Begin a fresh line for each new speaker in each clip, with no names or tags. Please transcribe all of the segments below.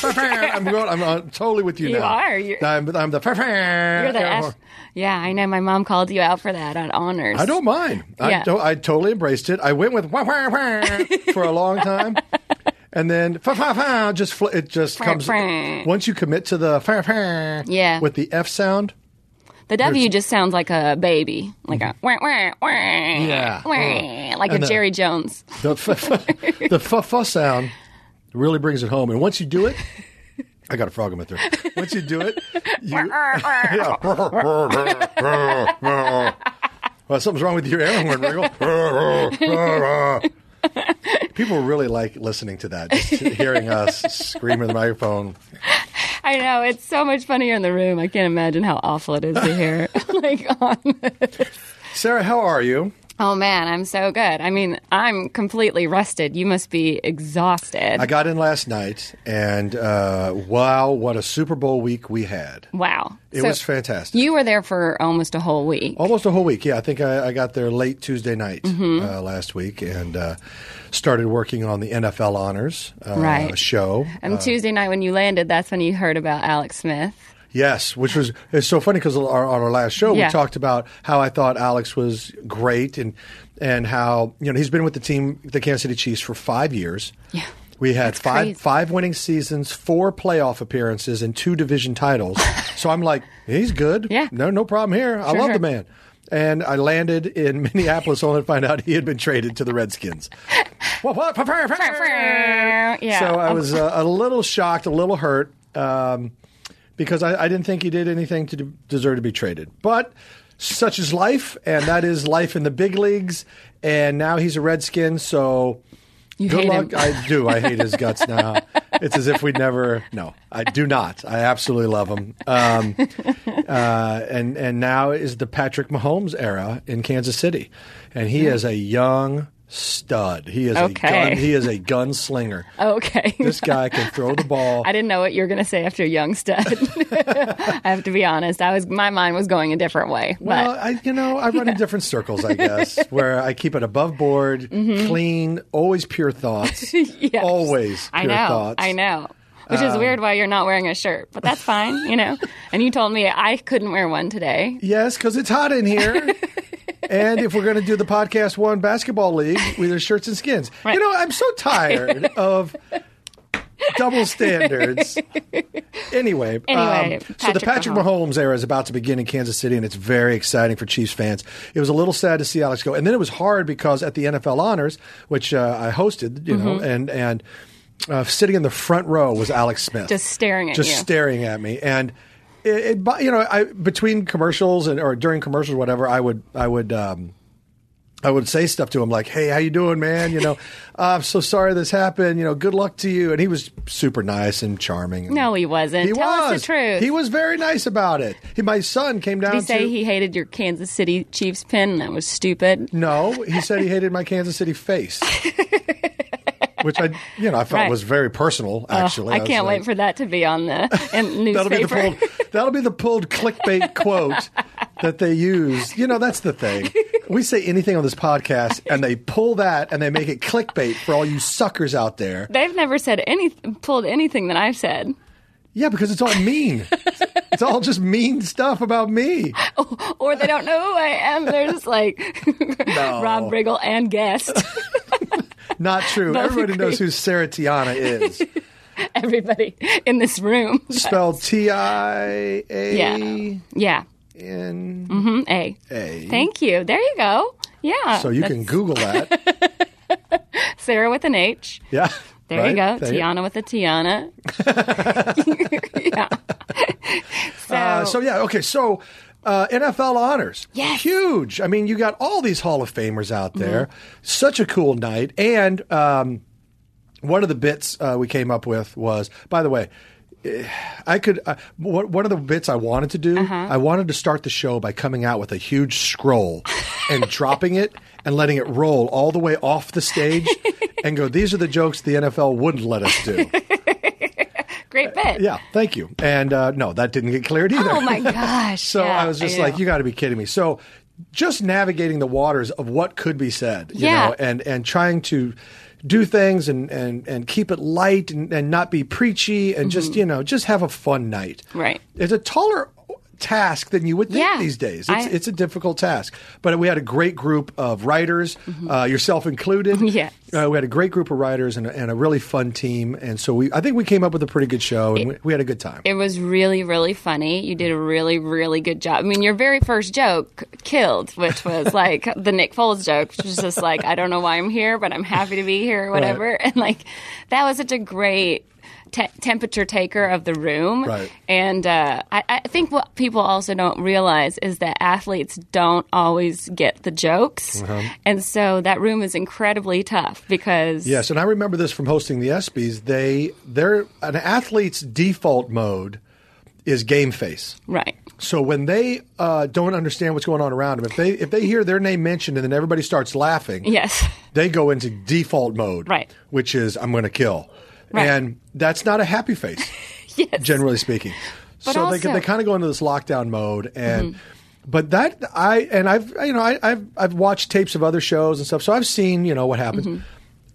Ew.
I'm going. I'm, uh totally with you,
You
now.
are. You're-
I'm, I'm the.
You're the F. Yeah, I know. My mom called you out for that on honors.
I don't mind. I,
Yeah.
don't, I totally embraced it. I went with wah, wah, wah for a long time, and then fa, fa, fa, just fl- it just
Fra,
comes
fra.
once you commit to the fa, fa,
Yeah.
with the F sound.
The W just sounds like a baby, like a wah, wah, wah,
Mm-hmm. Yeah. Uh-huh.
wah, like
And uh,
a
the-
Jerry Jones.
The fa, fa, the fa, fa sound really brings it home, and once you do it. I got a frog in my throat. Once you do it, you, Well, something's wrong with your air horn, Wriggle. People really like listening to that, just hearing us scream in the microphone.
I know it's so much funnier in the room. I can't imagine how awful it is to hear. like, on.
Sarah, how are you?
oh man, I'm so good. I mean, I'm completely rested. You must be exhausted.
I got in last night, and uh, wow, what a Super Bowl week we had.
wow,
It
So
was Oh, fantastic.
You were there for almost a whole week.
Almost a whole week. Yeah, I think I, I got there late Tuesday night
Mm-hmm.
uh, last week and uh, started working on the NFL Honors uh,
Right.
show.
And Tuesday night when you landed, that's when you heard about Alex Smith.
Yes, which was it's so funny because on our, on our last show
Yeah.
we talked about how I thought Alex was great and and how you know he's been with the team, the Kansas City Chiefs, for five years.
Yeah.
We had
That's
five
crazy.
five winning seasons, four playoff appearances, and two division titles. so I'm like, he's good.
Yeah.
No, no problem here. I love
sure.
the man. And I landed in Minneapolis only to find out he had been traded to the Redskins. What- what-
Yeah.
so I was uh, a little shocked, a little hurt, um, because I, I didn't think he did anything to de- deserve to be traded. But such is life, and that is life in the big leagues. And now he's a Redskin, so
You
good
hate
luck.
him.
I do. I hate his guts now. It's as if we'd never. No, I do not. I absolutely love him. Um, uh, and and now is the Patrick Mahomes era in Kansas City, and he is a young stud. He is a
Okay.
gun, he is a gunslinger.
Oh, Okay.
This guy can throw the ball.
I didn't know what you were going to say after young stud. I have to be honest. I was my mind was going a different way.
well,
But
I, you know, I run in different circles, I guess, where I keep it above board, clean, always pure thoughts.
Mm-hmm. Yes.
Always pure
I know.
thoughts. Um,
I know. Which is weird why you're not wearing a shirt, but that's fine, you know. And you told me I couldn't wear one today.
Yes, because it's hot in here. and if we're going to do the podcast one basketball league, we there's shirts and skins. You know, I'm so tired of double standards. Anyway, um,
Anyway,
so the
Patrick
Patrick Mahomes.
Mahomes.
era is about to begin in Kansas City, and it's very exciting for Chiefs fans. It was a little sad to see Alex go, and then it was hard because at the NFL Honors, which uh, I hosted, you
Mm-hmm.
know, and and. Uh, sitting in the front row was Alex Smith,
Just staring at
just
you.
staring at me, and it, it bu- you know, I between commercials and or during commercials, or whatever, I would I would um, I would say stuff to him like, "Hey, how you doing, man? You know, "Uh, I'm so sorry this happened. You know, good luck to you." And he was super nice and charming. And
No, he wasn't.
he
Tell
was.
us the truth.
He was very nice about it. He, my son came down
Did he say
to.
he hated your Kansas City Chiefs pin? That was stupid.
no, he said he hated my Kansas City face. Which I, you know, I felt
Right. Oh,
was very personal. Actually,
I
was
can't
like-
wait for that to be on the in newspaper.
That'll be the pulled. That'll be the pulled clickbait quote that they use. You know, that's the thing. We say anything on this podcast, and they pull that and they make it clickbait for all you suckers out there.
They've never said any pulled anything that I've said.
Yeah, because it's all mean. It's all just mean stuff about me.
or they don't know who I am. They're just like
No.
Rob Riggle and guest.
Not true.
Both
Everybody
agree.
knows who Sarah Tiana is.
Everybody in this room.
Spelled T I
Yeah.
A
Yeah.
N
Mm, A.
A.
Thank you. There you go. Yeah.
So you
That's
can Google that.
Sarah with an H.
Yeah.
There you go,
Right? Thank you.
Tiana with a Tiana. yeah. so,
Uh, so yeah, okay. So uh, NFL honors,
Yes.
huge. I mean, you got all these Hall of Famers out there. Such a cool night. And um, one of the bits uh, we came up with was, by the way. eh, I could. Uh, one one of the bits I wanted to do, I wanted to start the show by coming out with a huge scroll and dropping it and letting it roll all the way off the stage, and go. These are the jokes the NFL wouldn't let us do.
great bit.
Yeah, thank you. And uh, no, that didn't get cleared either.
Oh my gosh.
So
Yeah,
I was just
know.
like, you got to be kidding me. So just navigating the waters of what could be said, you
Yeah.
know, and and trying to do things and and and keep it light and, and not be preachy and just you know just have a fun night.
Mm-hmm. Right.
It's a taller task than you would think
Yeah.
these days. It's,
I-
it's a difficult task, but we had a great group of writers, uh, yourself included.
Mm-hmm. Yes.
Uh, we had a great group of writers and a, and a really fun team, and so we I think we came up with a pretty good show and we, we had a good time.
It was really, really funny. You did a really, really good job. I mean, your very first joke killed, which was like the Nick Foles joke, which was just like, I don't know why I'm here, but I'm happy to be here or whatever. And like, that was such a great te- temperature taker of the room.
Right.
And uh, I, I think what people also don't realize is that athletes don't always get the jokes.
Uh-huh.
And so that room is incredibly tough because.
Yes, and I remember this from hosting the ESPYS. They they're an athlete's default mode is game face.
Right.
So when they uh, don't understand what's going on around them, if they if they hear their name mentioned and then everybody starts laughing,
Yes.
they go into default mode,
Right.
Which is I'm going to kill,
Right.
and that's not a happy face,
Yes.
generally speaking. so
But
they
also- Mm-hmm.
they kind of go into this lockdown mode and. But that I and I've you know I, I've I've watched tapes of other shows and stuff, so I've seen you know what happens.
Mm-hmm.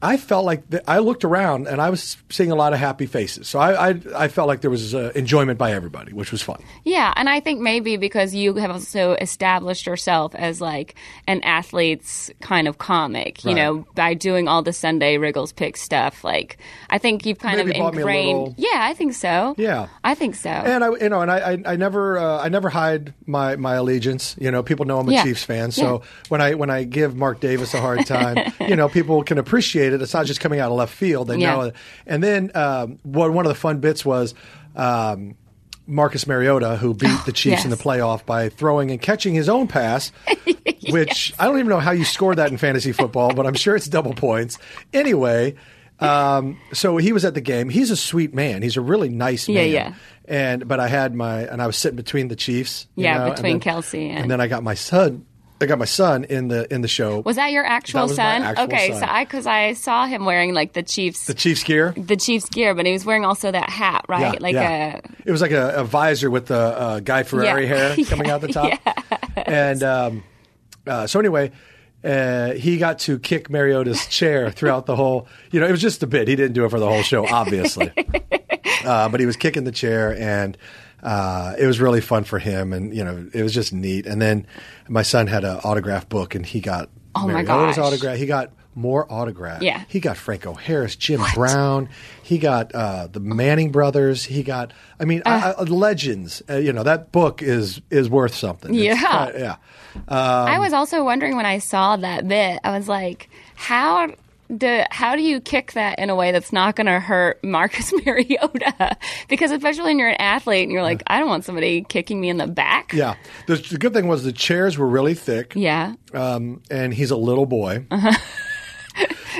I felt like th- I looked around and I was seeing a lot of happy faces, so I I, I felt like there was uh, enjoyment by everybody, which was fun.
Yeah, and I think maybe because you have also established yourself as like an athlete's kind of comic, you
Right.
know, by doing all the Sunday Wriggles pick stuff. Like, I think you've kind
Maybe
of
bought me a
ingrained.
little-
Yeah, I think so.
Yeah.
I think so.
And I, you know, and I, I, I never, uh, I never hide my, my allegiance. You know, people know I'm a
Yeah.
Chiefs fan, so when I when I give Mark Davis a hard time, you know, people can appreciate it. It's not just coming out of left field. They
Yeah.
know. it. And then um, one one of the fun bits was. Um, Marcus Mariota, who beat the Chiefs in the
Oh, yes.
playoff by throwing and catching his own pass, which I don't even know how you score that in fantasy football, but I'm sure it's double points. Anyway, um, so he was at the game. He's a sweet man. He's a really nice
Yeah,
man.
yeah.
And but I had my and I was sitting between the Chiefs. you
Yeah,
know,
between
and then-
Kelsey and-
and then I got my son. I got my son in the in the show.
was that your actual
That was my
son?
actual
okay,
son.
so I because I saw him wearing like the Chiefs.
the Chiefs gear?
the Chiefs gear, but he was wearing also that hat, right? like a
it was like a, a visor with the uh, Guy Ferrari
Yeah.
hair coming out the top. And um, uh, so anyway, uh, he got to kick Mariota's chair throughout the whole. You know, it was just a bit. He didn't do it for the whole show, obviously. uh, but he was kicking the chair and. Uh, it was really fun for him, and you know, it was just neat. And then my son had an autograph book, and he got
Oh, my
Mariota's
gosh.
autograph. He got more autographs.
Yeah.
he got Franco Harris, Jim Brown. He got uh, the Manning brothers. He got, I mean, I, I, legends. Uh, you know that book is is worth something. It's
Yeah.
quite- yeah. Um,
I was also wondering when I saw that bit, I was like, how do how do you kick that in a way that's not going to hurt Marcus Mariota? because especially when you're an athlete and you're like, I don't want somebody kicking me in the back.
Yeah. The, the good thing was the chairs were really thick.
Yeah. Uh-huh.
Um, and he's a little boy.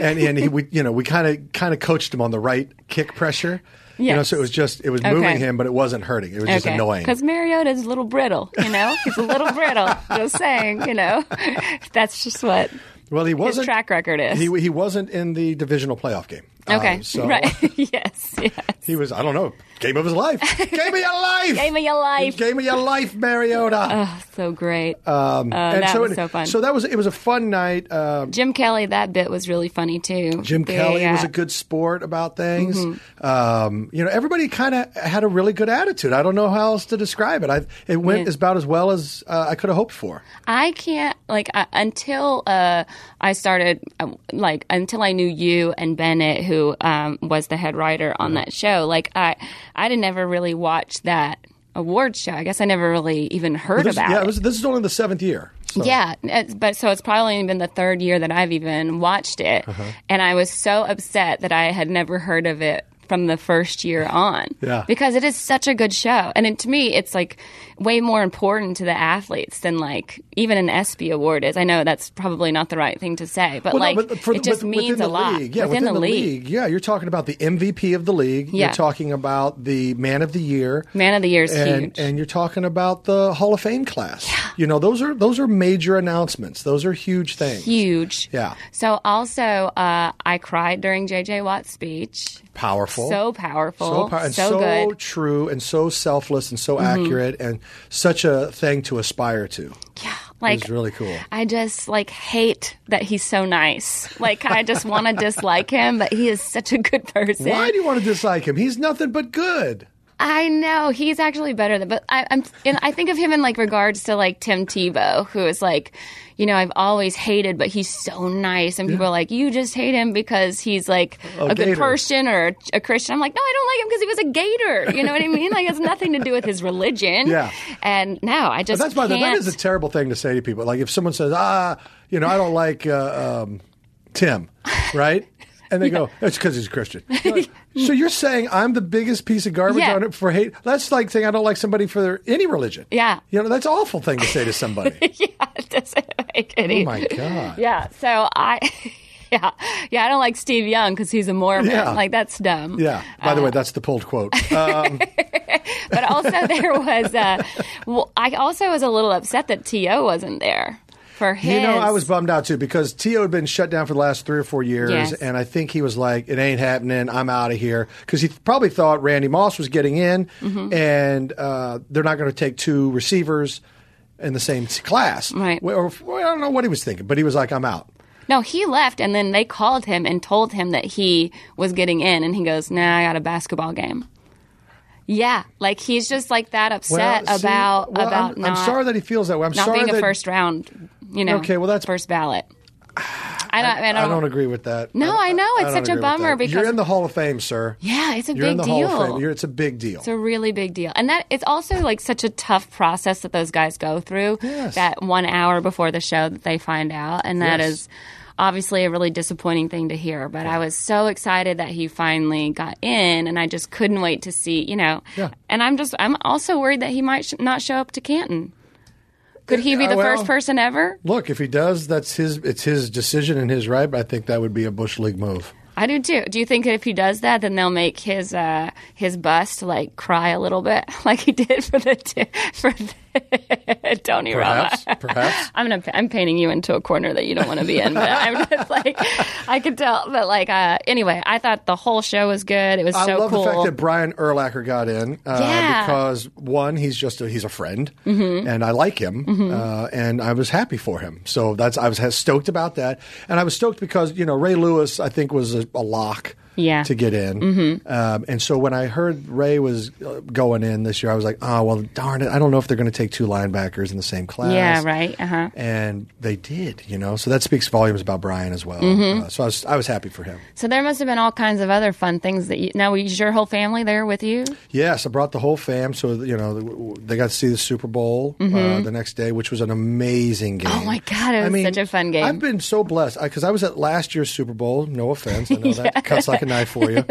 and and he, we, you know, we kind of kind of coached him on the right kick pressure. You know,
Yes.
so it was just it was
Okay.
moving him, but it wasn't hurting. It was just annoying.
Because Mariota's a little brittle, you know? He's a little brittle. Just saying, you know? That's just what
Well, he
his
wasn't
track record is.
He he wasn't in the divisional playoff game.
okay.
Um, so
right. yes. Yes.
he was I don't know game of his life. game of your life.
Game of your life.
Game of your life, Mariota.
So great. Uh,
Um, And
that was
it-
so fun.
So that was it was a fun night. Um,
Jim Kelly, that bit was really funny too.
Jim
They,
Kelly was
uh,
a good sport about things.
Mm-hmm.
Um, you know, everybody kind of had a really good attitude. I don't know how else to describe it. I it went
Yeah.
as about as well as uh, I could have hoped for.
I can't like I, until uh, I started um, like until I knew you and Bennett, who um, was the head writer on that show. Like I, I didn't ever really watch that award show. I guess I never really even heard
This,
about
yeah,
it.
it was, this is only the seventh year. So.
Yeah, it's, but so it's probably only been the third year that I've even watched it,
Uh-huh.
and I was so upset that I had never heard of it from the first year on.
Yeah.
because it is such a good show, and it, to me, it's like way more important to the athletes than like even an ESPY award is. I know that's probably not the right thing to say, but
Well, no,
like
but for-
it just
but
means
within the
a lot
League. Yeah, within, the, league. Yeah, you're talking about the MVP of the league.
Yeah.
You're talking about the man of the year.
Man of the year is
and,
huge.
and you're talking about the Hall of Fame class. You know, those are those are major announcements. Those are huge things.
Huge.
Yeah.
So also, uh, I cried during J.J. Watt's speech.
Powerful.
So powerful.
So, pow- and
so
so,
good. Mm-hmm.
true and so selfless and so accurate and such a thing to aspire to.
like
it's really cool.
I just like hate that he's so nice. Like I just want to dislike him, but he is such a good person.
Why do you want to dislike him? He's nothing but good.
I know he's actually better than, but I, I'm. And I think of him in like regards to like Tim Tebow, who is like, you know, I've always hated, but he's so nice, and people are like, you just hate him because he's like a,
gator.
good person or a, a Christian. I'm like, no, I don't like him because he was a gator. You know what I mean? Like it has nothing to do with his religion.
Yeah.
And now I just
That's by the
can't.
that is a terrible thing to say to people. Like if someone says, "Ah, you know, I don't like uh, um, Tim," right? And they go, "It's because he's a Christian." Like, so you're saying I'm the biggest piece of garbage
Yeah.
on it for hate? That's like saying I don't like somebody for their, any religion.
Yeah.
you know, that's an awful thing to say to somebody.
yeah, it doesn't make any.
oh my god.
Yeah. So I, yeah, yeah, I don't like Steve Young because he's a Mormon.
Yeah.
Like that's dumb.
Yeah. By
Uh,
the way, that's the pulled quote. Um,
But also there was, uh, well, I also was a little upset that To wasn't there for his.
you know, I was bummed out too because Tio had been shut down for the last three or four years,
Yes.
and I think he was like, "It ain't happening. I'm out of here." Because he probably thought Randy Moss was getting in,
Mm-hmm.
and uh, they're not going to take two receivers in the same s- class.
Right.
Well, or- well, I don't know what he was thinking, but he was like, "I'm out."
No, he left, and then they called him and told him that he was getting in, and he goes, "Nah, I got a basketball game." Yeah, like he's just like that
Well,
upset
see,
about
well,
about
I'm,
not.
I'm sorry that he feels that way. I'm
not
sorry
being
that
a first round, you know.
Okay, well, that's-
first ballot. I don't. I don't,
I don't agree with that.
No, I know. It's
don't
such a
agree with that.
bummer because-
you're in the Hall of Fame, sir.
Yeah, it's a
You're
big
in the
deal.
Hall of Fame. You're, it's a big deal.
It's a really big deal. And that it's also like such a tough process that those guys go through
Yes.
that one hour before the show that they find out. And that
Yes.
is obviously a really disappointing thing to hear. But I was so excited that he finally got in and I just couldn't wait to see, you know.
Yeah.
And I'm just, I'm also worried that he might sh- not show up to Canton. Could he be
Uh,
the
well-
first person ever?
Look, if he does, that's his. It's his decision and his right. But I think that would be a bush league move.
I do too. Do you think if he does that, then they'll make his uh, his bust like cry a little bit, like he did for the t- for the Tony Rolla?
Perhaps, perhaps.
I'm gonna I'm painting you into a corner that you don't want to be in, but I'm just like I could tell. But like uh, anyway, I thought the whole show was good. It was
I
so
love
cool.
the fact that Brian Erlacher got in uh,
Yeah. Mm-hmm.
because one, he's just a, he's a friend, and I like him, uh, and I was happy for him. So that's I was ha- stoked about that, and I was stoked because you know Ray Lewis I think was a, a lock.
Yeah. Mm-hmm.
To get in. Um, and so when I heard Ray was uh, going in this year, I was like, oh, well, darn it. I don't know if they're going to take two linebackers in the same class.
yeah, right. Uh huh.
and they did, you know. So that speaks volumes about Brian as well. Uh, so I was, I was happy for him.
So there must have been all kinds of other fun things that you. Now, was your whole family there with you?
Yes, I brought the whole fam, so you know w- w- they got to see the Super Bowl uh, the next day, which was an amazing game.
Mm-hmm. Oh, my God, it was such a fun game.
I've been so blessed because I, was at last year's Super Bowl. No offense, I know that cuts like a knife for you,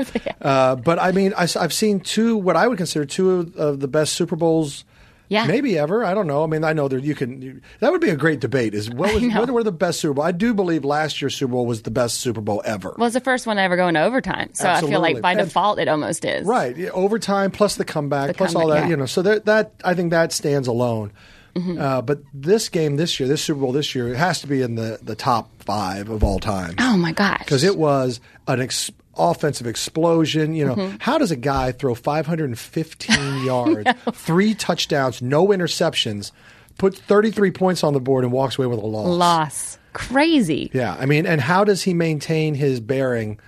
uh, but I mean I, have seen two what I would consider two of, of the best Super Bowls.
Yeah.
Maybe ever. I don't know. I mean, I know that you can. You, that would be a great debate. Is what was what were the best Super Bowl? I do believe last year's Super Bowl was the best Super Bowl ever.
Well, it's the first one to ever go into overtime, so I feel
Absolutely.
like by
And-
default it almost is.
Right. Yeah, overtime plus the comeback plus
comeback,
all that,
yeah. Mm-hmm.
you know. So there, that I think that stands alone. Uh, but this game this year, this Super Bowl this year, it has to be in the, the top five of all time
Oh my gosh.
because it was an ex- offensive explosion. You know,
Mm-hmm.
how does a guy throw 515 yards, three touchdowns, no interceptions, put 33 points on the board, and walks away with a loss?
loss. Crazy.
Yeah, I mean, and how does he maintain his bearing?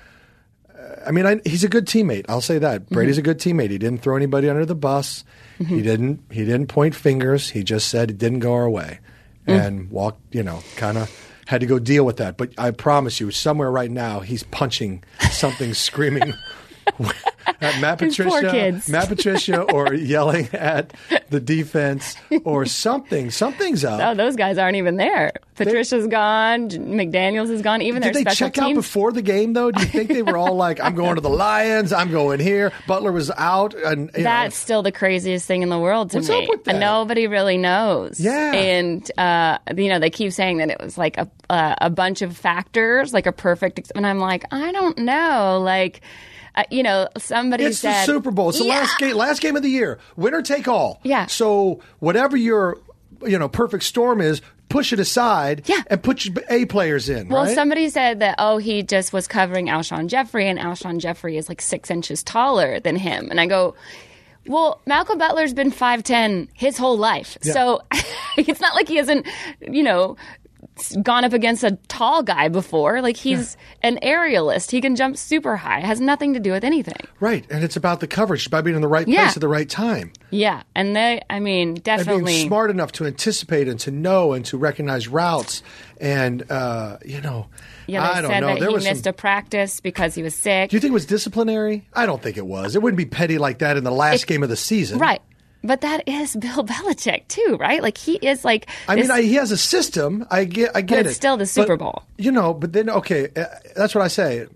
Uh, I mean, I, he's a good teammate. I'll say that Brady's
Mm-hmm.
a good teammate. He didn't throw anybody under the bus. He didn't. He didn't point fingers. He just said it didn't go our way,
Mm.
and walked. You know, kind of had to go deal with that. But I promise you, somewhere right now, he's punching something, screaming. at Matt
These poor
Patricia,
kids.
Matt Patricia, or yelling at the defense or something. Something's up.
Oh, those guys aren't even there. Patricia's gone. McDaniels is gone. Even
Did
their
they
special
check out
teams.
before the game though? Do you think they were all like, "I'm going to the Lions. I'm going here." Butler was out, and you know,
That's still the craziest thing in the world to
What's
me.
up with that?
Nobody really knows.
Yeah.
and uh, you know they keep saying that it was like a uh, a bunch of factors, like a perfect. Ex- and I'm like, I don't know. Like, uh, you know, somebody
it's
said
the Super Bowl. It's the
Yeah.
last game, last game of the year. Winner take all.
Yeah.
So whatever your, you know, perfect storm is, push it aside.
Yeah.
And put your A players in.
Well,
right?
somebody said that, oh, he just was covering Alshon Jeffrey, and Alshon Jeffrey is like six inches taller than him. And I go, well, Malcolm Butler's been 5'10 his whole life. So it's not like he hasn't, you know, s- gone up against a tall guy before. Like he's an aerialist. He can jump super high. It has nothing to do with anything.
Right, and it's about the coverage by being in the right
Yeah.
place at the right time
Yeah. And they, I mean,
and being
definitely.
smart enough to anticipate and to know and to recognize routes. And uh, you know,
Yeah, they
I don't
said
know.
that
There
he
was
missed
some,
a practice because he was sick.
Do you think it was disciplinary? I don't think it was. It wouldn't be petty like that in the last game of the season,
Right. But that is Bill Belichick too, right? Like he is like
I
this-
mean, I, he has a system. I get, I get
it's
it.
still the Super
But,
Bowl.
you know. But then, okay, uh, that's what I say.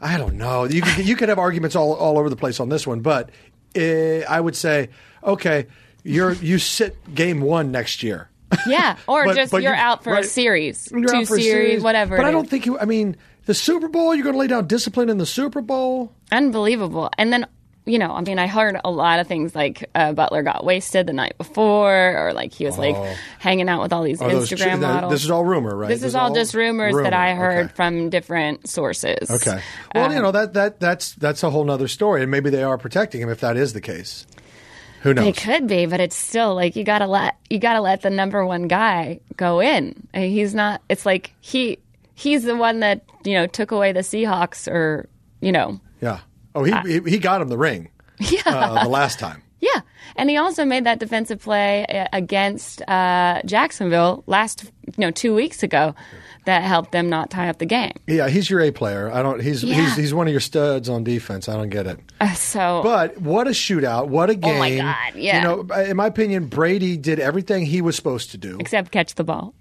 I don't know. You could, you could have arguments all all over the place on this one, but eh, I would say, okay, you're you sit game one next year.
yeah, or
But-
just
but
you're
you-
out for
right.
a series,
You're
two
out for a
series, whatever.
But
it
I don't
is.
think you. I mean, the Super Bowl. You're going to lay down discipline in the Super Bowl.
unbelievable. And then you know, I mean, I heard a lot of things like uh, Butler got wasted the night before, or like he was like hanging out with all these
Oh. Are those
Instagram
tr- that-
models.
This is all rumor, right?
This is all just rumors that I
rumor.
heard
Okay.
from different sources.
Okay. Well,
Um,
you know that that that's that's a whole nother story, and maybe they are protecting him if that is the case. Who knows?
It could be, but it's still like you gotta let you gotta let the number one guy go in. I mean, he's not. It's like he he's the one that you know took away the Seahawks or you know
Yeah. Oh, he he, he got him the ring. Yeah. Uh, the last time.
yeah. And he also made that defensive play uh, against uh, Jacksonville last you know two weeks ago that helped them not tie up the game.
Yeah, he's your A player. I don't. He's he's
Yeah.
he's one of your studs on defense. I don't get it.
Uh, so
But what a shootout! What a game!
Oh my God, yeah.
You know, in my opinion, Brady did everything he was supposed to do.
except catch the ball.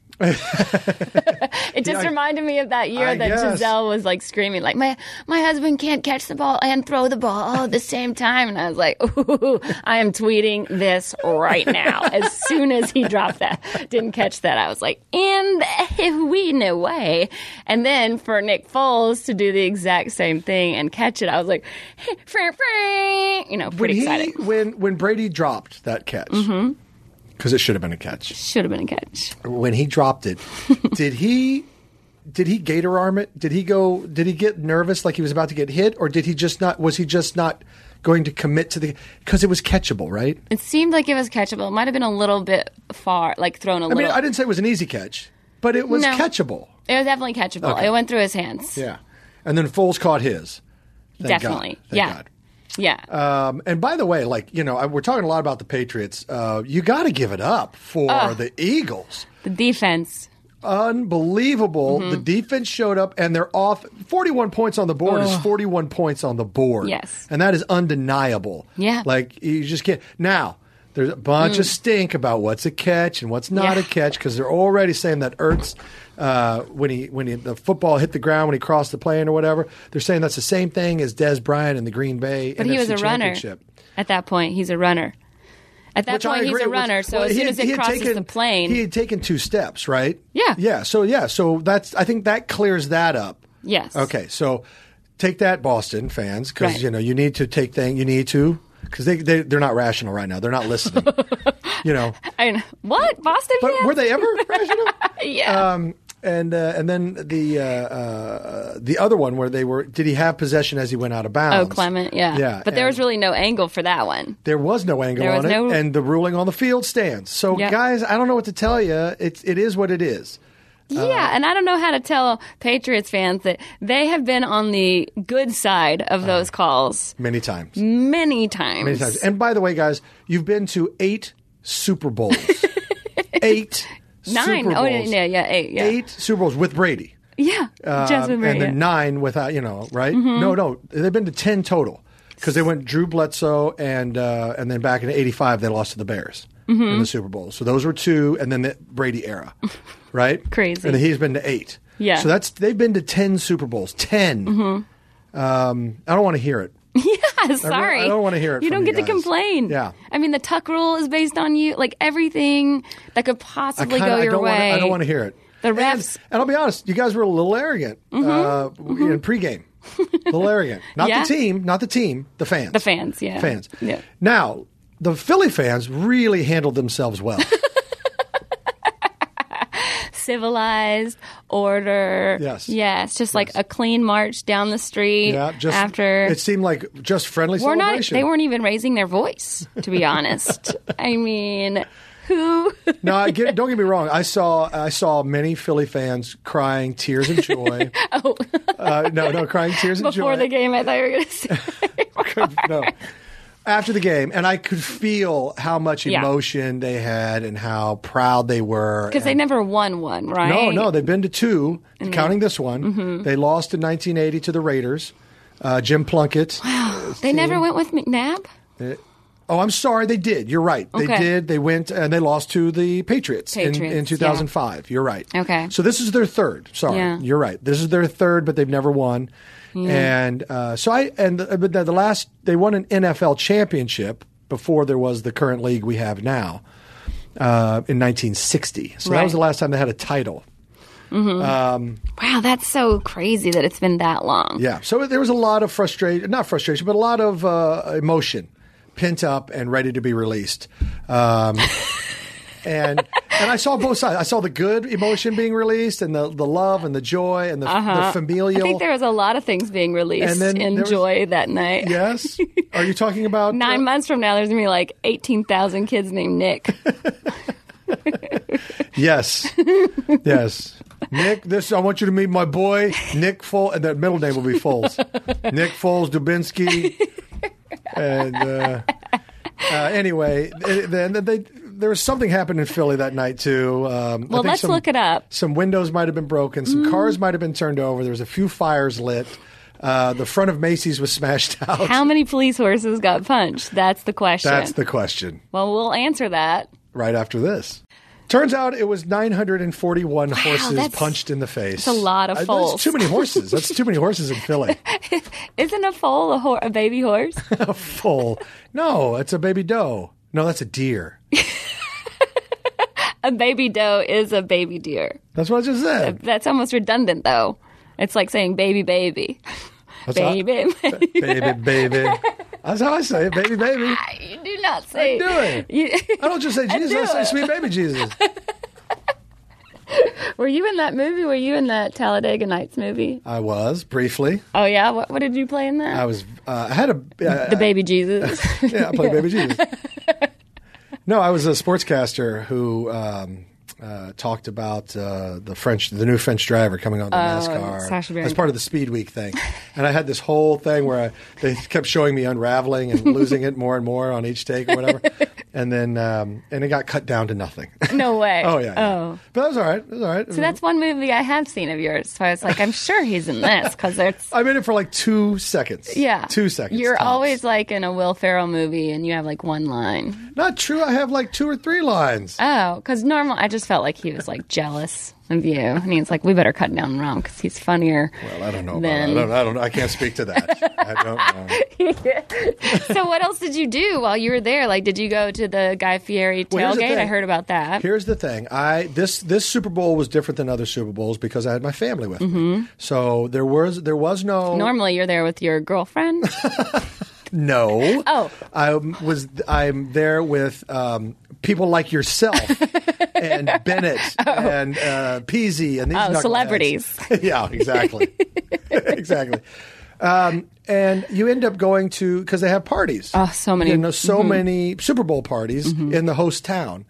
it just
I-
reminded me of that year
I
that
guess.
Giselle was like screaming, like my my husband can't catch the ball and throw the ball all at the same time, and I was like, ooh, I am tweeting this right now. As soon as he dropped that, didn't catch that, I was like, in the we no way. And then for Nick Foles to do the exact same thing and catch it, I was like, "Fring, fring," you know,
When
pretty Mm-hmm.
he
excited.
when when Brady dropped that catch, because it should have been a catch.
Should have been a catch.
When he dropped it, did he? Did he gator arm it? Did he go? Did he get nervous like he was about to get hit, or did he just not? Was he just not going to commit to the? Because it was catchable, right?
It seemed like it was catchable. It might have been a little bit far, like thrown a
I mean,
little.
I didn't say it was an easy catch, but it was
No.
catchable.
It was definitely catchable.
Okay.
It went through his hands.
Yeah. And then Foles caught his. Thank God.
definitely.
Thank
yeah.
God.
Yeah.
Um, and by the way, like, you know, I- we're talking a lot about the Patriots. Uh, you got to give it up for the Eagles.
the defense.
Unbelievable.
Mm-hmm.
The defense showed up and they're off. 41 points on the board is 41 points on the board.
Yes.
And that is undeniable.
Yeah. Mm.
Like, you just get. Now, there's a bunch of stink about what's a catch and what's not a
Yeah.
catch because they're already saying that Ertz, uh, when he when he, the football hit the ground when he crossed the plane or whatever, they're saying that's the same thing as Des Bryant in the Green Bay.
But he was a runner. At that point, he's a runner. At that
Which I
point, he's
agree,
a
which-
runner. so
well,
as
he
soon
had-
as
he
it
had
crosses
taken-
the plane,
he had taken two steps, right?
Yeah.
yeah. So yeah, so that's I think that clears that up.
yes.
Okay, so take that, Boston fans, because
Right.
you know you need to take thing you need to because they, they they're not rational right now. They're not listening. you know,
I know. What Boston
but
fans?
were they ever rational?
yeah.
Um, and uh, and then the uh, uh, the other one where they were did he have possession as he went out of
oh,
bounds?
Clement. Yeah.
Yeah,
But there was
and-
really no angle for that one.
There was no angle
There was
on it,
no-
and the ruling on the field stands. So,
Yeah.
guys, I don't know what to tell you. It's it is what it is. Uh,
Yeah, and I don't know how to tell Patriots fans that they have been on the good side of those calls
Many times.
many times.
Uh-huh. Many times. And by the way, guys, you've been to eight Super Bowls. eight.
Nine.
Super
Oh,
Bowls.
yeah, yeah, eight. Yeah.
Eight Super Bowls with Brady.
Yeah.
Um,
Jasmine Mm-hmm. Murray,
and
yeah.
then nine without, you know, right? No, no. They've been to 10 total. because they went Drew Bledsoe and uh, and then back in '85 they lost to the Bears
Mm-hmm.
in the Super Bowl. So those were two, and then the Brady era, right?
Crazy.
And he's been to eight.
Yeah.
So that's they've been to ten Super Bowls. 10
Mm-hmm.
Um, I don't want to hear it.
Sorry.
I don't wanna hear it
You
from
don't
you
get to
guys.
complain.
Yeah.
I mean, the tuck rule is based on you. Like everything that could
I
possibly
kinda,
go
I
your
don't
way.
Wanna, I don't want to hear it.
The
And-
refs-
And, I'll be honest, you guys were a little arrogant uh, in pregame. a little arrogant. Not
Mm-hmm. Yeah.
the team, not the team, the fans.
The fans, yeah.
Fans.
Yeah.
Now, the Philly fans really handled themselves well.
Civilized order.
Yes.
Yes. Just like a clean march down the street.
yeah, just
after
it seemed like just friendly
we're not.
celebration.
They weren't even raising their voice. To be honest, I mean, who?
No, I get, don't get me wrong. I saw I saw many Philly fans crying tears of joy. oh, uh, no, no, crying tears of joy
Before the game, I thought you were going to say.
no. After the game, and I could feel how much
Yeah.
emotion they had and how proud they were.
Because they
And-
never won one, right? Mm-hmm.
no, no, they've been to two, counting this one. They lost in 1980 to the Raiders. Uh, Jim Plunkett.
They never went with McNabb?
Oh, I'm sorry, they did. You're right. They
Okay.
did. They went and they lost to the Patriots, in- in,
Patriots, yeah.
2005. You're right.
Okay.
So this is their third. Sorry,
Yeah.
you're right. This is their third, but they've never won. And uh, so I and the, but the, the last they won an NFL championship before there was the current league we have now uh, in 1960. So that
Right.
was the last time they had a title.
Wow, that's so crazy that it's been that long.
Yeah. So there was a lot of frustration, not frustration, but a lot of uh, emotion pent up and ready to be released. Um, and and I saw both sides. I saw the good emotion being released and the, the love and the joy and the, the
Uh-huh. I
familial.
think there was a lot of things being
And
released
then
in
there was-
joy that night.
yes. Are you talking about uh,
Nine months from now, there's going to be like 18,000 kids named Nick.
Yes. yes. Nick, this I want you to meet my boy Nick Foles, and that middle name will be Foles. Nick Foles Dubinsky, and uh, uh, anyway, it- then they, there was something happened in Philly that night too. Um, I
Well,
think
let's
some-
look it up. Mm-hmm.
Some windows might have been broken. Some cars might have been turned over. There was a few fires lit. Uh, the front of Macy's was smashed out.
How many police horses got punched? That's the question.
That's the question.
well, we'll answer that.
Right after this. Turns out it was 941 horses
that's-
punched in the face.
that's a lot of
I- that's
foals.
too many horses. That's too many horses in Philly.
Isn't a foal a, hor- a baby horse?
A foal. No, it's a baby doe. No, that's a deer.
a baby doe is a baby deer.
That's what I just said.
That's almost redundant, though. It's like saying baby, baby.
That's how-
baby, baby.
baby, baby. That's how I say it. Baby, baby.
You do not say.
do it.
You-
I don't just say Jesus. I,
do
say
it.
sweet baby Jesus.
were you in that movie? Were you in that Talladega Nights movie?
I was briefly.
Oh yeah. What, what did you play in that?
I was. Uh, I had a. Uh,
the Baby Jesus.
yeah, I played baby Jesus. No, I was a sportscaster who um, uh, talked about uh, the French, the new French driver coming
Oh,
on the NASCAR
Sacha Baron
as part of the Speed Week thing, and I had this whole thing where I, they kept showing me unraveling and losing it more and more on each take or whatever, and then um, and it got cut down to nothing.
no way.
oh yeah, yeah.
Oh.
but that was all right. It was all right.
So that's one movie I have seen of yours. So I was like, I'm sure he's in this because it's
I made it for like two seconds.
yeah.
two seconds.
You're
tops.
always like in a Will Ferrell movie, and you have like one line.
not true. I have like two or three lines.
Oh, because normal, I just felt like he was like jealous of you, and he's like, we better cut down Rom because he's funnier.
Well, I don't know.
Then-
About that. I don't. I don't. I can't speak to that. I don't know.
so what else did you do while you were there? Like, did you go to the Guy Fieri
Well, here's the
tailgate? I
thing.
heard about that.
Here's the thing. I this this Super Bowl was different than other Super Bowls because I had my family with me. So there was there was no
Normally, you're there with your girlfriend.
no.
Oh.
I was I'm there with um, people like yourself and Bennett and uh, Peasy and these
Oh,
knuckleheads.
celebrities.
yeah, exactly, exactly. Um, and you end up going to because they have parties.
Oh, so many. Mm-hmm.
You know, so many Super Bowl parties in the host town,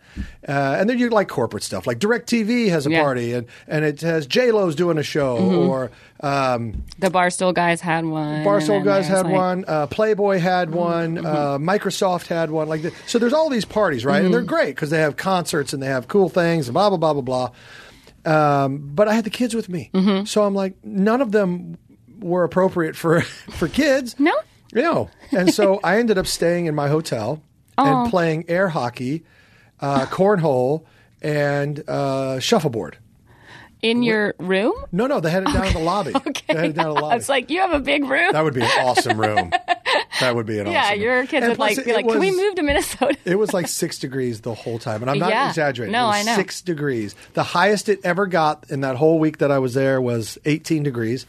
uh, and then you like corporate stuff. Like Directv has a
Yeah. Mm-hmm.
party, and and it has J Lo's doing a show, or um,
the Barstool guys had one.
Barstool
and
guys
there's,
had
like- Mm-hmm,
one, uh, Playboy had one, uh, Microsoft had one. Like th- so, there's all these parties, right? And they're
Mm-hmm.
great because they have concerts and they have cool things and blah blah blah blah blah. Um, but I had the kids
Mm-hmm.
with me, so I'm like, none of them were appropriate for for kids.
No?
You know, and so I ended up staying in my hotel and playing air hockey, uh, cornhole, and uh, shuffleboard.
in your room.
No, no, they had it down in the lobby. They had it down in the lobby.
It's like you have a big room.
that would be an awesome room. That would be an
yeah,
awesome room.
your kids
And
would
plus
like be
it
like, "Can we
was-
move to Minnesota?"
It was like six degrees the whole time, and I'm not
Yeah.
exaggerating.
No,
it was
I know.
Six degrees. The highest it ever got in that whole week that I was there was 18 degrees,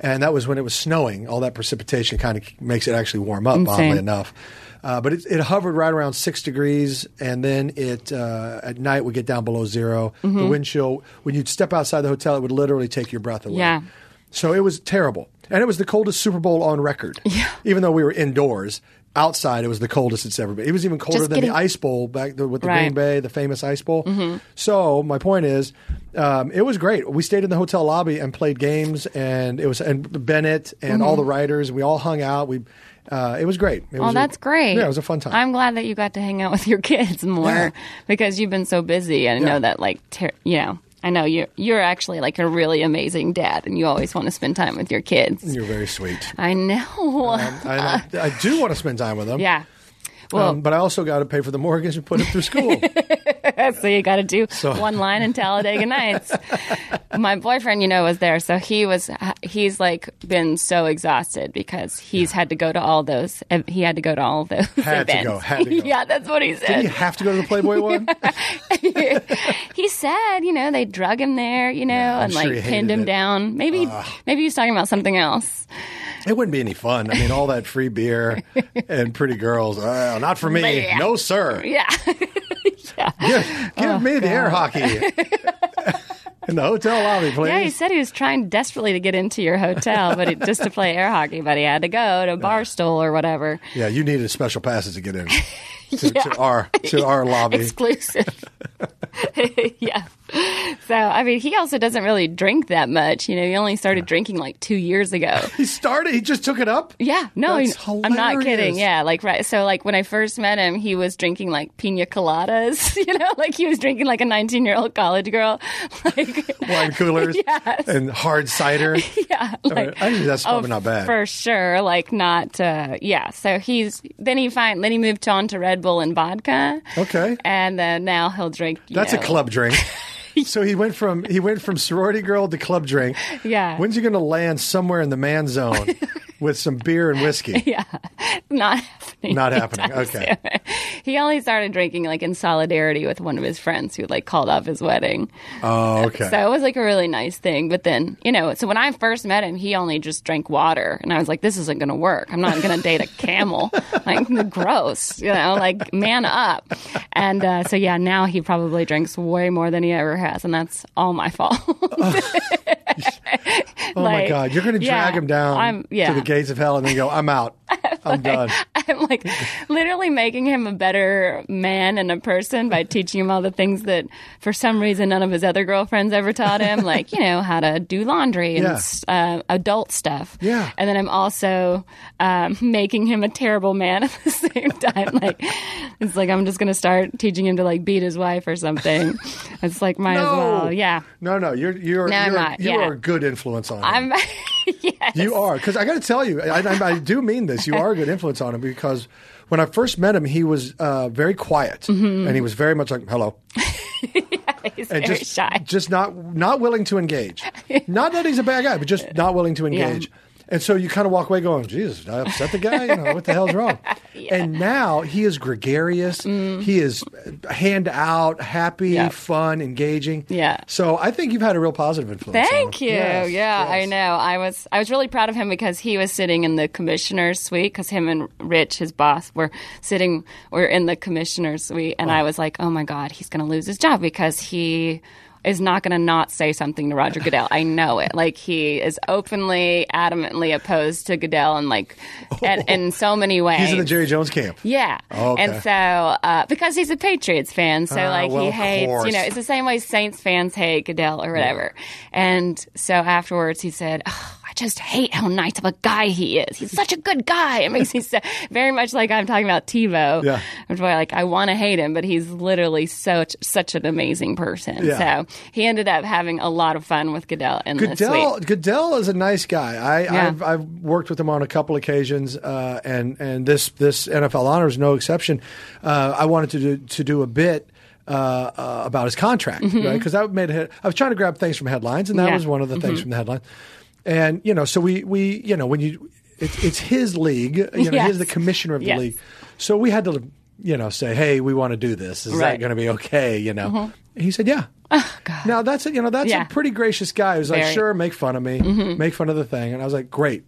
and that was when it was snowing. All that precipitation kind of makes it actually warm up,
Insane.
oddly enough. Uh, but it, it hovered right around six degrees, and then it uh, at night would get down below 0
Mm-hmm.
The wind chill, when you'd step outside the hotel, it would literally take your breath away.
Yeah.
So it was terrible. And it was the coldest Super Bowl on record. Yeah. Even though we were indoors, outside it was the coldest it's ever been. It was even colder
Just
than
getting-
the Ice Bowl back there with the
Right.
Green
Mm-hmm.
Bay, the famous Ice Bowl. So my point is, um, it was great. We stayed in the hotel lobby and played games, and it was and Bennett and all the writers. We all hung out. We uh, it was great. It
Mm-hmm. Oh,
was a-
that's great.
Yeah, it was a fun time.
I'm glad that you got to hang out with your kids more
Yeah.
because you've been so busy. And I
Yeah.
know that, like, ter- you know, I know you're, you're actually like a really amazing dad and you always want to spend time with your kids.
You're very sweet.
I know.
Um, I, I do want to spend time with them.
yeah. Well,
um, but I also got to pay for the mortgage and put it through school.
so you got to do one line in Talladega Nights. My boyfriend, you know, was there, so he was he's like been so exhausted because he's had to go to all those. eh, He had to go to all those.
Had to
events.
go, had to go.
yeah, that's what he said.
you have to go to the Playboy one.
he said, you know, they drug him there, you know,
I'm
and
sure
like
he hated
pinned him
it.
down. Maybe maybe he was talking about something else.
It wouldn't be any fun. I mean, all that free beer and pretty girls. Uh, not for me.
Yeah.
No, sir.
Yeah.
Give, give
Oh,
me the air hockey. In the hotel lobby, please.
yeah, he said he was trying desperately to get into your hotel, but it, just to play air hockey, but he had to go to Barstool or whatever.
yeah, you needed special passes to get in to,
Yeah.
to our to our lobby.
Exclusive. yeah. So, I mean, he also doesn't really drink that much. You know, he only started drinking like two years ago.
He started. He just took it up.
Yeah, no,
That's
I- I'm not
hilarious.
kidding. Yeah, like right. So like when I first met him, he was drinking like pina coladas. You know, like he was drinking like a 19 year old college girl. Like
Wine coolers
Yes.
and hard cider.
yeah, like oh,
Actually, that's probably not bad.
for sure. Like not. Uh, yeah. So he's then he find then he moved on to Red Bull and vodka.
Okay.
And then now he'll drink. you
That's
know,
a club drink. so he went from he went from sorority girl to club drink.
Yeah.
When's he going to land somewhere in the man zone with some beer and whiskey?
Yeah, not happening.
Not happening. Okay.
He only started drinking like in solidarity with one of his friends who like called off his wedding.
Oh, okay.
So it was like a really nice thing. But then, you know, so when I first met him, he only just drank water. And I was like, this isn't going to work. I'm not going to date a camel. Like, gross, you know, like, man up. And uh, so, yeah, now he probably drinks way more than he ever has. And that's all my fault.
oh my
like,
God! You're going to drag
yeah,
him down
I'm- yeah.
to the gates of hell and then go, "I'm out. I'm done."
I'm like literally making him a better man and a person by teaching him all the things that for some reason none of his other girlfriends ever taught him, like, you know, how to do laundry and
Yeah.
s- uh, adult stuff.
Yeah.
And then I'm also um, making him a terrible man at the same time. Like, it's like I'm just going to start teaching him to like beat his wife or something. It's like, might as well. Yeah.
No, no. You're you're
No, I'm
you're,
not.
you
Yeah.
are a good influence on him.
I'm, yes.
You are because I got to tell you, I, I, I do mean this. You are a good influence on him because when I first met him, he was uh, very quiet
Mm-hmm.
and he was very much like hello
He's
and
very
just
shy.
just not not willing to engage. not that he's a bad guy, but just not willing to engage. And so you kind of walk away going, Jesus, did I upset the guy? You know, what the hell's wrong? And now he is gregarious. He is hand out, happy,
Mm. Yeah.
fun, engaging.
Yeah.
So I think you've had a real positive influence. on
Thank
him.
you.
Yes,
yeah, I
yes.
know. I was I was really proud of him because he was sitting in the commissioner's suite because him and Rich, his boss, were sitting were in the commissioner's suite, and I was like, oh my god, he's going to lose his job because he is not going to not say something to Roger Goodell. I know it. Like he is openly, adamantly opposed to Goodell, and like, and in so many ways,
Oh. He's in the Jerry Jones camp.
yeah.
Oh, okay.
And so, uh, because he's a Patriots fan, so
Ah,
like
well,
he
of
hates, you
course.
know, it's the same way Saints fans hate Goodell or whatever. And so afterwards he said, oh, I I just hate how nice of a guy he is. He's such a good guy. It makes me so, very much like I'm talking about TiVo,
Yeah.
which why like I want to hate him, but he's literally such such an amazing person.
Yeah.
So he ended up having a lot of fun with Goodell in this
Goodell Goodell is a nice guy. I,
Yeah.
I've, I've worked with him on a couple occasions, uh, and and this this NFL honor is no exception. Uh, I wanted to do, to do a bit. Uh, uh, about his contract, right? Because that made it. I was trying to grab things from headlines, and that
Mm-hmm. Yeah. Mm-hmm.
was one of the things from the headline. And you know, so we we you know when you it's, it's his league, you know, he
Yes.
is the commissioner of the
Yes.
league. So we had to you know say, hey, we want to do this. Is that
Right. Mm-hmm. Oh,
going to be okay? You know, he said, yeah.
God.
Now that's a, you know that's
Yeah.
a pretty gracious guy who's like,
Very. Mm-hmm.
sure, make fun of me, make fun of the thing, and I was like, great,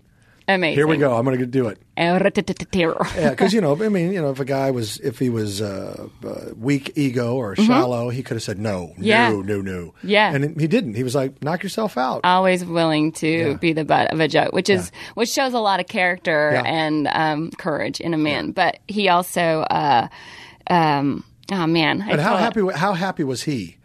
Amazing. Eh,
here we go, Eh, I'm going to do it.
go.
Yeah, because you know, I mean, you know, if a guy was if he was uh, uh, weak ego or shallow, he could have said no,
Mm-hmm. Yeah.
no, no, no,
Yeah.
and he didn't. He was like, knock yourself out.
Always willing to be the butt of a joke, which is which shows a lot of character
Yeah.
and um, courage in a man. But he also, uh, um, oh man, I
and how
totally-
happy how happy was he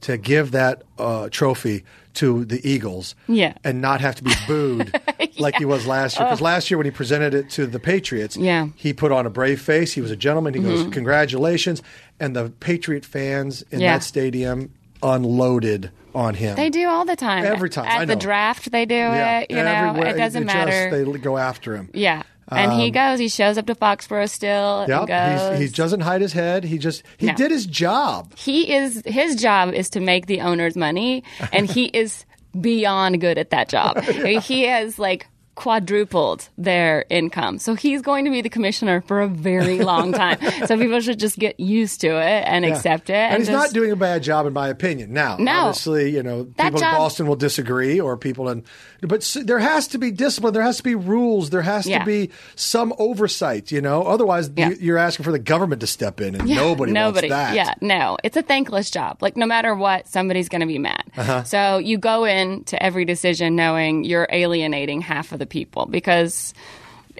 to give that uh, trophy to the Eagles?
Yeah. Oh.
and not have to be booed like he was last year. Because last year when he presented it to the Patriots,
Yeah. Mm-hmm.
he put on a brave face. He was a gentleman. He goes, "Congratulations!" And the Patriot fans in
Yeah.
that stadium unloaded on him.
They do all the time.
Every time,
At
I
the
know.
draft, they do
Yeah,
it. You know,
everywhere.
it doesn't
just-
matter.
they go after him.
yeah. And he goes, he shows up to Foxborough still. and
Yeah,
goes.
he doesn't hide his head. He just he
No.
did his job.
he is his job is to make the owners money and he is beyond good at that job I mean, he has like quadrupled their income so he's going to be the commissioner for a very long time so people should just get used to it and
Yeah.
accept it
And, he's
just-
not doing a bad job, in my opinion. Now,
No.
obviously, you know,
That
people
job-
in Boston will disagree, or people in, but s- there has to be discipline. There has to be rules. There has
Yeah.
to be some oversight. You know, otherwise,
Yeah.
you, you're asking for the government to step in, and
Yeah,
nobody,
nobody.
wants that.
Yeah, no, it's a thankless job. Like no matter what, somebody's going to be mad.
Uh-huh.
So you go in to every decision knowing you're alienating half of the people because.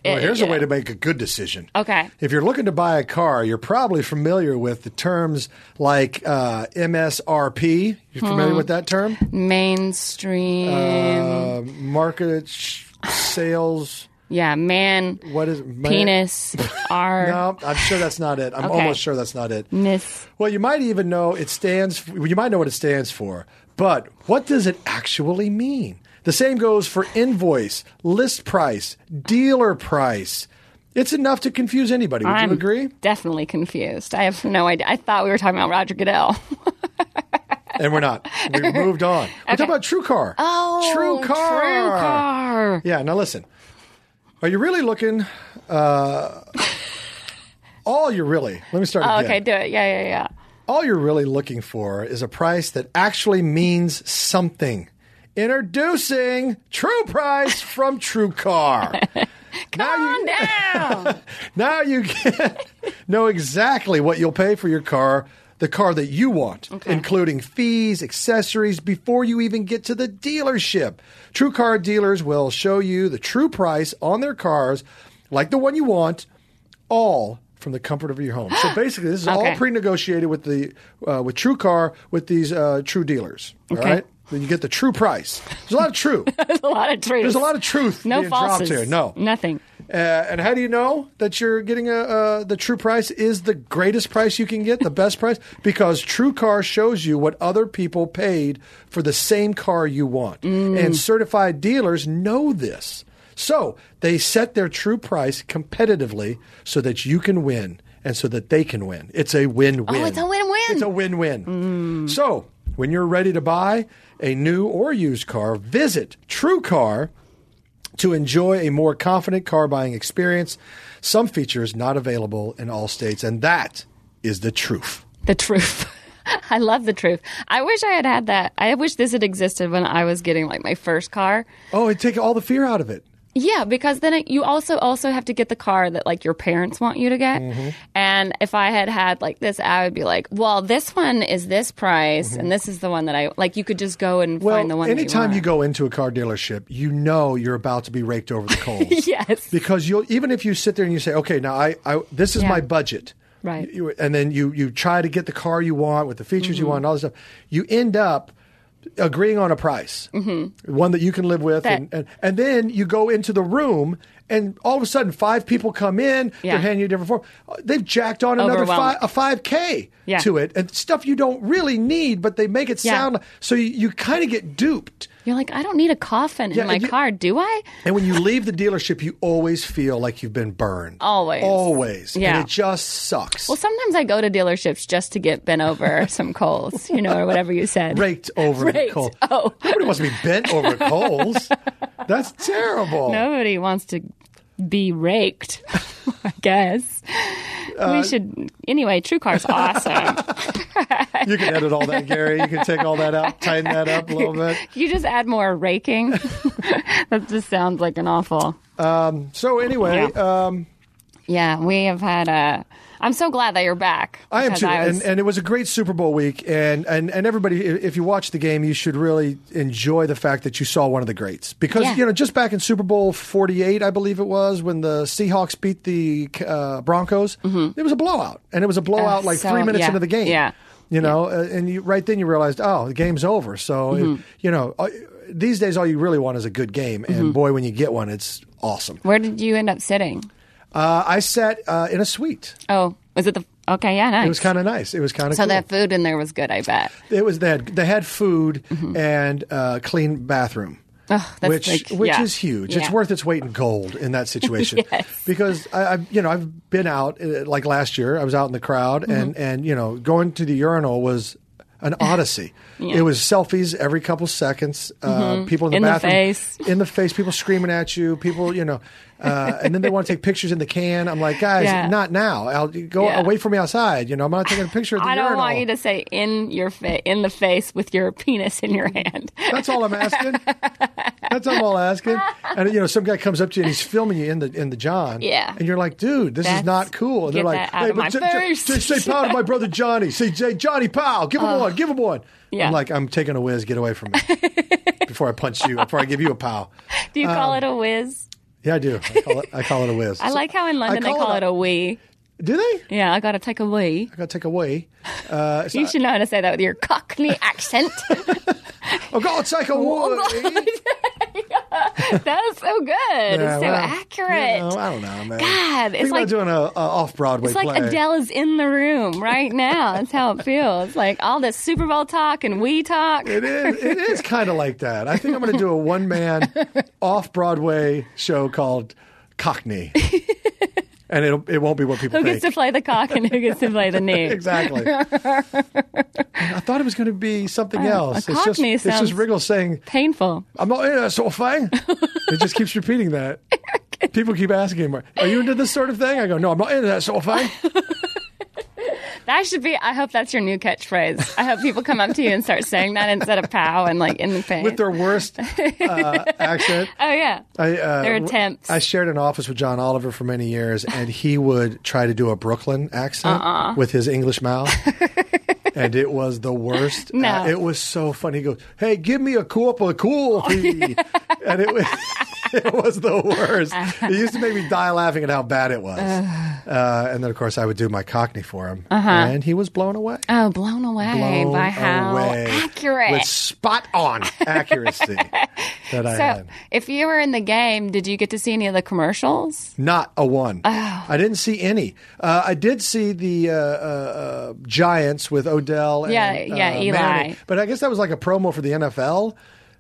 Well,
it-
here's
you
a way
know.
to make a good decision.
Okay.
If you're looking to buy a car, you're probably familiar with the terms like uh, MSRP. You're familiar
Hmm.
with that term?
mainstream.
Uh, market sh- sales.
yeah, man.
What is it? Man-
penis? Our
No, I'm sure that's not it. I'm
Okay.
almost sure that's not it.
miss.
Well, you might even know it stands. For, you might know what it stands for, but what does it actually mean? The same goes for invoice, list price, dealer price. It's enough to confuse anybody. Would
I'm
you agree?
definitely confused. I have no idea. I thought we were talking about Roger Goodell.
And we're not. We've moved on. We're talking about True Car.
Oh,
True Car.
True car.
Yeah, now listen. Are you really looking? Uh, all you're really, let me start again.
Okay, do it. Yeah, yeah, yeah.
All you're really looking for is a price that actually means something. Introducing True Price from True Car. now, you,
Calm down.
now you can know exactly what you'll pay for your car, the car that you want, including fees, accessories, before you even get to the dealership. True car dealers will show you the true price on their cars, like the one you want, all from the comfort of your home. So basically, this is all
Okay.
pre-negotiated with the uh, with True Car with these uh, True dealers. All
Okay.
right, then you get the true price. There's a lot of true.
There's a lot of truth.
There's a lot of truth
no
being
falses.
dropped here. No,
nothing.
uh, and how do you know that you're getting a, uh, the true price is the greatest price you can get, the best price? Because True Car shows you what other people paid for the same car you want.
Mm.
And certified dealers know this. So they set their true price competitively so that you can win and so that they can win. It's a win win.
Oh, it's a win-win. Mm.
It's a win win. So when you're ready to buy a new or used car, visit True Car to enjoy a more confident car buying experience. Some features not available in all states, and that is the truth.
The truth. I love the truth. I wish I had had that. I wish this had existed when I was getting like my first car.
Oh, it take all the fear out of it.
Yeah, because then it, you also also have to get the car that like your parents want you to get.
Mm-hmm.
And if I had had like this, I would be like, well, this one is this price, and this is the one that I like. You could just go and
Mm-hmm. Well,
find the one.
anytime
that
you,
you, want.
go into a car dealership, you know you're about to be raked over the coals.
Yes.
because you'll even if you sit there and you say, okay, now I, I this is
Yeah.
my budget,
Right. Mm-hmm.
You, and then you you try to get the car you want with the features you want and all this stuff, you end up agreeing on a price, one that you can live with,
Mm-hmm. That-
and, and and then you go into the room, and all of a sudden five people come in,
Yeah.
they're handing you different form. They've jacked on another
Overwhelmed.
five, a five k
Yeah.
to it, and stuff you don't really need, but they make it
Yeah.
sound so you, you kind of get duped.
You're like, I don't need a coffin
Yeah,
in my
you-
car, do I?
And when you leave the dealership, you always feel like you've been burned.
Always.
always,
Yeah.
and it just sucks.
Well, sometimes I go to dealerships just to get bent over some coals, you know, or whatever you said.
raked over
Raked.
the coals.
Oh.
Nobody wants to be bent over coals. That's terrible.
Nobody wants to be raked, I guess.
Uh,
we should, anyway, True Car's awesome.
You can edit all that, Gary. You can take all that out, tighten that up a little bit.
you just add more raking. that just sounds like an awful.
So anyway, um,
Yeah, we have had a. I'm so glad that you're back.
I am
because
too,
was-
and, and it was a great Super Bowl week, and, and and everybody, i- if you watch the game, you should really enjoy the fact that you saw one of the greats because
Yeah.
you know just back in Super Bowl forty eight, I believe it was when the Seahawks beat the uh, Broncos, it was a blowout, and it was a blowout
Oh,
like
Mm-hmm. so-
three minutes
yeah,
into the game,
yeah. Mm-hmm.
you know, uh, and you, right then you realized, oh, the game's over. So you know, uh, these days all you really want is a good game, and
Mm-hmm.
boy, when you get one, it's awesome.
where did you end up sitting?
Uh, I sat uh, in a suite.
Oh, was it the? Okay, yeah, nice.
It was kind of nice. It was kind of
so
cool.
that food in there was good, I bet.
It was they had they had food and uh, clean bathroom.
Mm-hmm. that's
which
like-
which
yeah.
is huge. It's
Yeah.
worth its weight in gold in that situation because I, I you know I've been out uh, like last year I was out in the crowd
Mm-hmm.
and and you know going to the urinal was an odyssey. It was selfies every couple seconds. Uh, People in the
Mm-hmm. In the
bathroom
face.
in the face. People screaming at you. People you know, uh, and then they want to take pictures in the can. I'm like guys,
Yeah.
not now. I'll go
Yeah.
away from me outside. You know I'm not taking a picture of the
I don't
urinal.
want you to say in your fa- in the face with your penis in your hand.
That's all I'm asking. That's all I'm all asking. And you know, some guy comes up to you and he's filming you in the in the John.
Yeah.
And you're like, dude, this
That's-
is not cool. And they're
get
like,
that out of my
J- J-
face."
J- say pow to my brother Johnny. Say, J- Johnny Pow, give him one, give him one.
Uh, Yeah.
I'm like, I'm taking a whiz, get away from me. before I punch you, before I give you a pow.
Do you call
Um,
it a whiz?
Yeah, I do. I call it, I call it a whiz.
I like how in London
call
they call
it
it
a-
a wee.
do they?
Yeah, I gotta take a wee.
I gotta take away. Uh, it's
You
not-
should know how to say that with your Cockney accent.
oh God, take away.
that is so good.
Yeah,
it's so
well,
accurate.
You know, I don't know, man.
God,
Think
it's
about
like-
doing a, a off Broadway
It's like
play.
Adele is in the room right now. That's how it feels. Like all this Super Bowl talk and we talk.
It is. It is kind of like that. I think I'm going to do a one man off Broadway show called Cockney, and it'll it won't be what people
Who
think.
gets to play the cock and who gets to play the knee?
exactly. I thought it was going to be something else. it's just
Cockney
it's just
sounds-
Riggle saying
Painful.
I'm not into that sort of thing. it just keeps repeating that. People keep asking him, "Are you into this sort of thing?" I go, "No, I'm not into that sort of thing."
That should be. I hope that's your new catchphrase. I hope people come up to you and start saying that instead of pow and like in the face.
With their worst uh, accent.
oh yeah.
I, uh,
Their
w-
attempts.
I shared an office with John Oliver for many years, and he would try to do a Brooklyn accent
Uh-uh.
with his English mouth. and it was the worst.
No.
Uh, it was so funny. He goes, Hey, give me a corp of coffee. and it was. It was the worst. It used to make me die laughing at how bad it was. Uh, and then, of course, I would do my Cockney for him, and he was blown away.
oh, blown away
Blown
Uh-huh. by how
away
accurate.
with spot on accuracy that I
so,
had.
if you were in the game, did you get to see any of the commercials?
Not a one.
Oh.
I didn't see any. Uh, I did see the uh, uh, uh, Giants with Odell. And,
Yeah, yeah,
uh,
Eli.
Manning. But I guess that was like a promo for the NFL.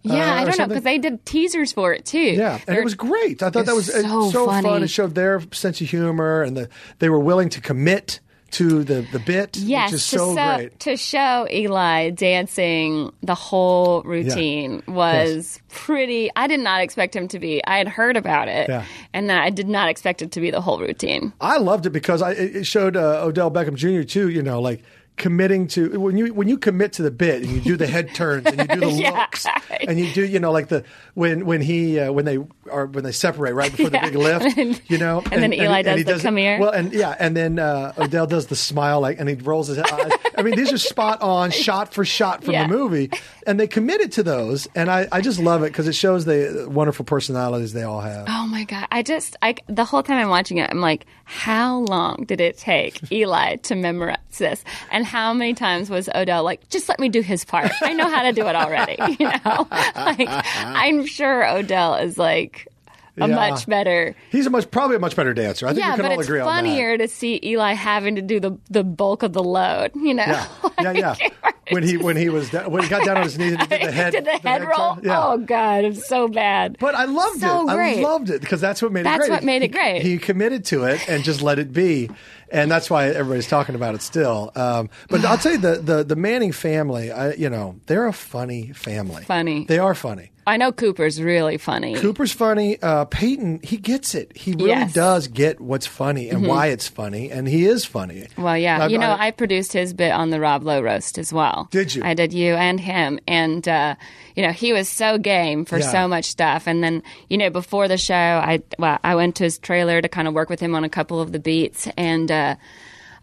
Yeah,
uh,
I
or
don't know
something.
because they did teasers for it too.
Yeah, and
They're-
it was great. I thought that was
It's
uh,
so
fun.
funny.
It showed their sense of humor, and the, they were willing to commit to the the bit,
yes
which is
to
so
show,
great.
to show Eli dancing the whole routine was pretty. I did not expect him to be. I had heard about it,
Yeah.
and then I did not expect it to be the whole routine.
I loved it because I, it it showed uh, Odell Beckham Jr. too. You know, like committing to when you when you commit to the bit and you do the head turns and you do the
Yeah.
looks and you do you know like the when when he uh, when they are when they separate right before the big lift. You know,
And then Eli does the come here.
Well, and yeah, and then uh, Odell does the smile like and he rolls his eyes. I mean, these are spot on, shot for shot from
Yeah.
the movie, and they committed to those, and I I just love it because it shows the wonderful personalities they all have.
Oh my god! I just I the whole time I'm watching it, I'm like, How long did it take Eli to memorize this? And how many times was Odell like, just let me do his part? I know how to do it already. You know? Like, I'm sure Odell is like a
Yeah.
much better.
He's a much probably a much better dancer. I think
Yeah,
we can
but
all
it's
agree
funnier
on
to see Eli having to do the, the bulk of the load, you know?
that. Yeah, yeah, yeah. When he when he was da- when he got down on his knees and did the head
Did the head roll?
turn. Yeah.
Oh God, I'm so bad.
But I loved
So
it.
great.
I loved it because that's what made
That's
it great.
what made it
He-
great.
He, committed to it and just let it be, and that's why everybody's talking about it still. Um, but I'll tell you the the, the Manning family. I, you know, they're a funny family.
Funny.
They are funny.
I know Cooper's really funny.
Cooper's funny. Uh, Peyton, he gets it. He really
Yes. Mm-hmm.
does get what's funny and why it's funny, and he is funny.
Well, yeah,
I've-
you know, I, produced his bit on the Rob Lowe roast as well.
Did you?
I did you and him, and uh, you know, he was so game for
Yeah.
so much stuff. And then, you know, before the show, I well, I went to his trailer to kind of work with him on a couple of the beats, and uh,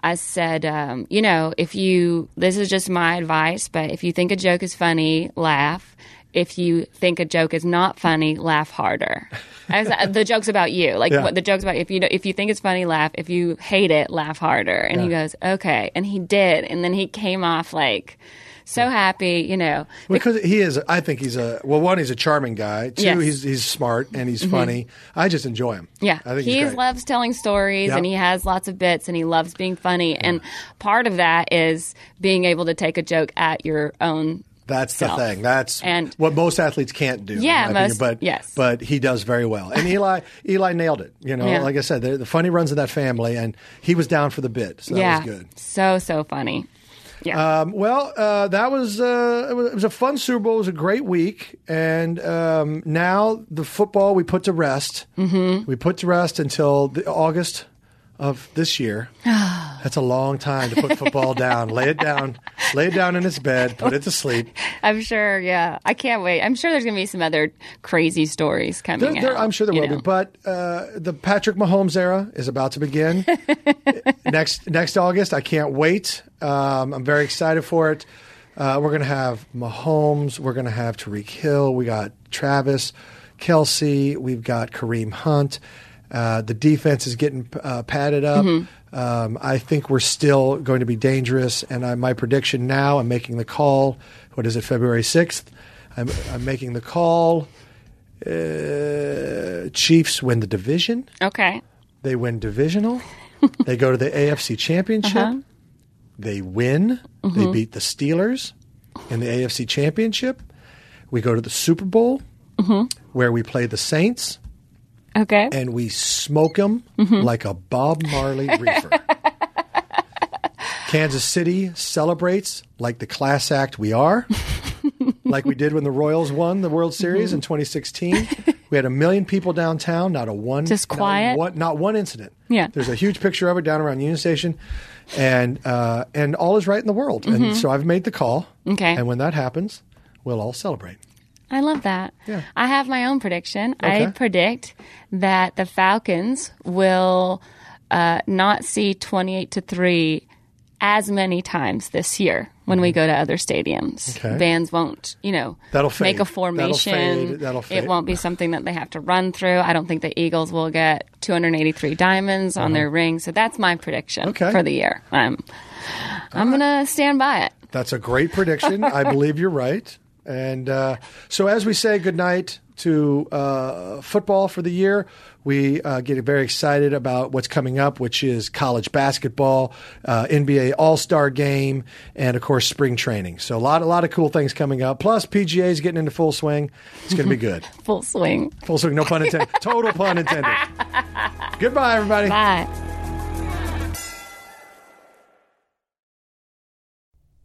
I said, um, you know, if you, this is just my advice, but if you think a joke is funny, laugh. If you think a joke is not funny, laugh harder. As, the joke's about you. Like
Yeah.
what the joke's about if you don't- if you think it's funny, laugh. If you hate it, laugh harder. And he goes, okay. And he did. And then he came off like so happy, you know.
Because he is, I think he's a well. One, he's a charming guy. Two,
Yes. Mm-hmm.
he's he's smart and he's funny. I just enjoy him.
Yeah,
I think
he
he's great.
loves telling stories
Yeah.
and he has lots of bits and he loves being funny. And part of that is being able to take a joke at your own.
That's
self.
the thing. That's
And-
what most athletes can't do. in
Yeah,
my
most-
but
yes.
but he does very well. And Eli, Eli nailed it. You know,
Yeah.
like I said, the, the funny runs in that family, and he was down for the bid, so
yeah,
that was good.
so so funny. Yeah,
Um, well, uh, that was, uh, it was it was a fun Super Bowl. It was a great week, and um, now the football we put to rest. Mm-hmm. We put to rest until the August of this year. That's a long time to put football down. Lay it down. Lay it down in its bed. Put it to sleep.
I'm sure. Yeah, I can't wait. I'm sure there's gonna be some other crazy stories coming.
There- there-
out,
I'm sure there
you
will
know.
be, but uh, the Patrick Mahomes era is about to begin next next August. I can't wait. Um, I'm very excited for it. Uh, we're gonna have Mahomes. We're gonna have Tariq Hill. We got Travis Kelsey. We've got Kareem Hunt. Uh, the defense is getting uh, padded up.
Mm-hmm.
Um, I think we're still going to be dangerous. And I, my prediction now, I'm making the call. What is it, February 6th? I'm, I'm making the call. Uh, Chiefs win the division.
okay.
They win divisional. they go to the AFC Championship. They win. They beat the Steelers in the AFC Championship. We go to the Super Bowl where we play the Saints
Okay.
and we smoke them
Mm-hmm.
like a Bob Marley reefer. Kansas City celebrates like the class act we are, like we did when the Royals won the World Series
Mm-hmm.
in 2016. We had a million people downtown, not a one,
Just
not
quiet?
one- not one incident.
Yeah.
there's a huge picture of it down around Union Station, and uh, and all is right in the world. And so I've made the call.
Mm-hmm. Okay.
and when that happens, we'll all celebrate.
I love that.
Yeah.
I have my own prediction. I
Okay.
predict that the Falcons will uh, not see 28 to 3 as many times this year when we go to other stadiums.
Mm-hmm. Okay.
Vans won't, you know,
That'll
make
fade.
a
That'll
formation.
fade. That'll
It
fade.
won't be something that they have to run through. I don't think the Eagles will get 283 diamonds on their ring. So that's my prediction
Uh-huh. Okay.
for the year. I'm, I'm going to stand by it.
That's a great prediction. I believe you're right. And uh, so, as we say goodnight to uh, football for the year, we uh, get very excited about what's coming up, which is college basketball, uh, NBA All Star Game, and of course, spring training. So, a lot, a lot of cool things coming up. Plus, PGA is getting into full swing. It's going to be good.
Full swing.
Full swing, no pun intended. Total pun intended. Goodbye, everybody.
Bye.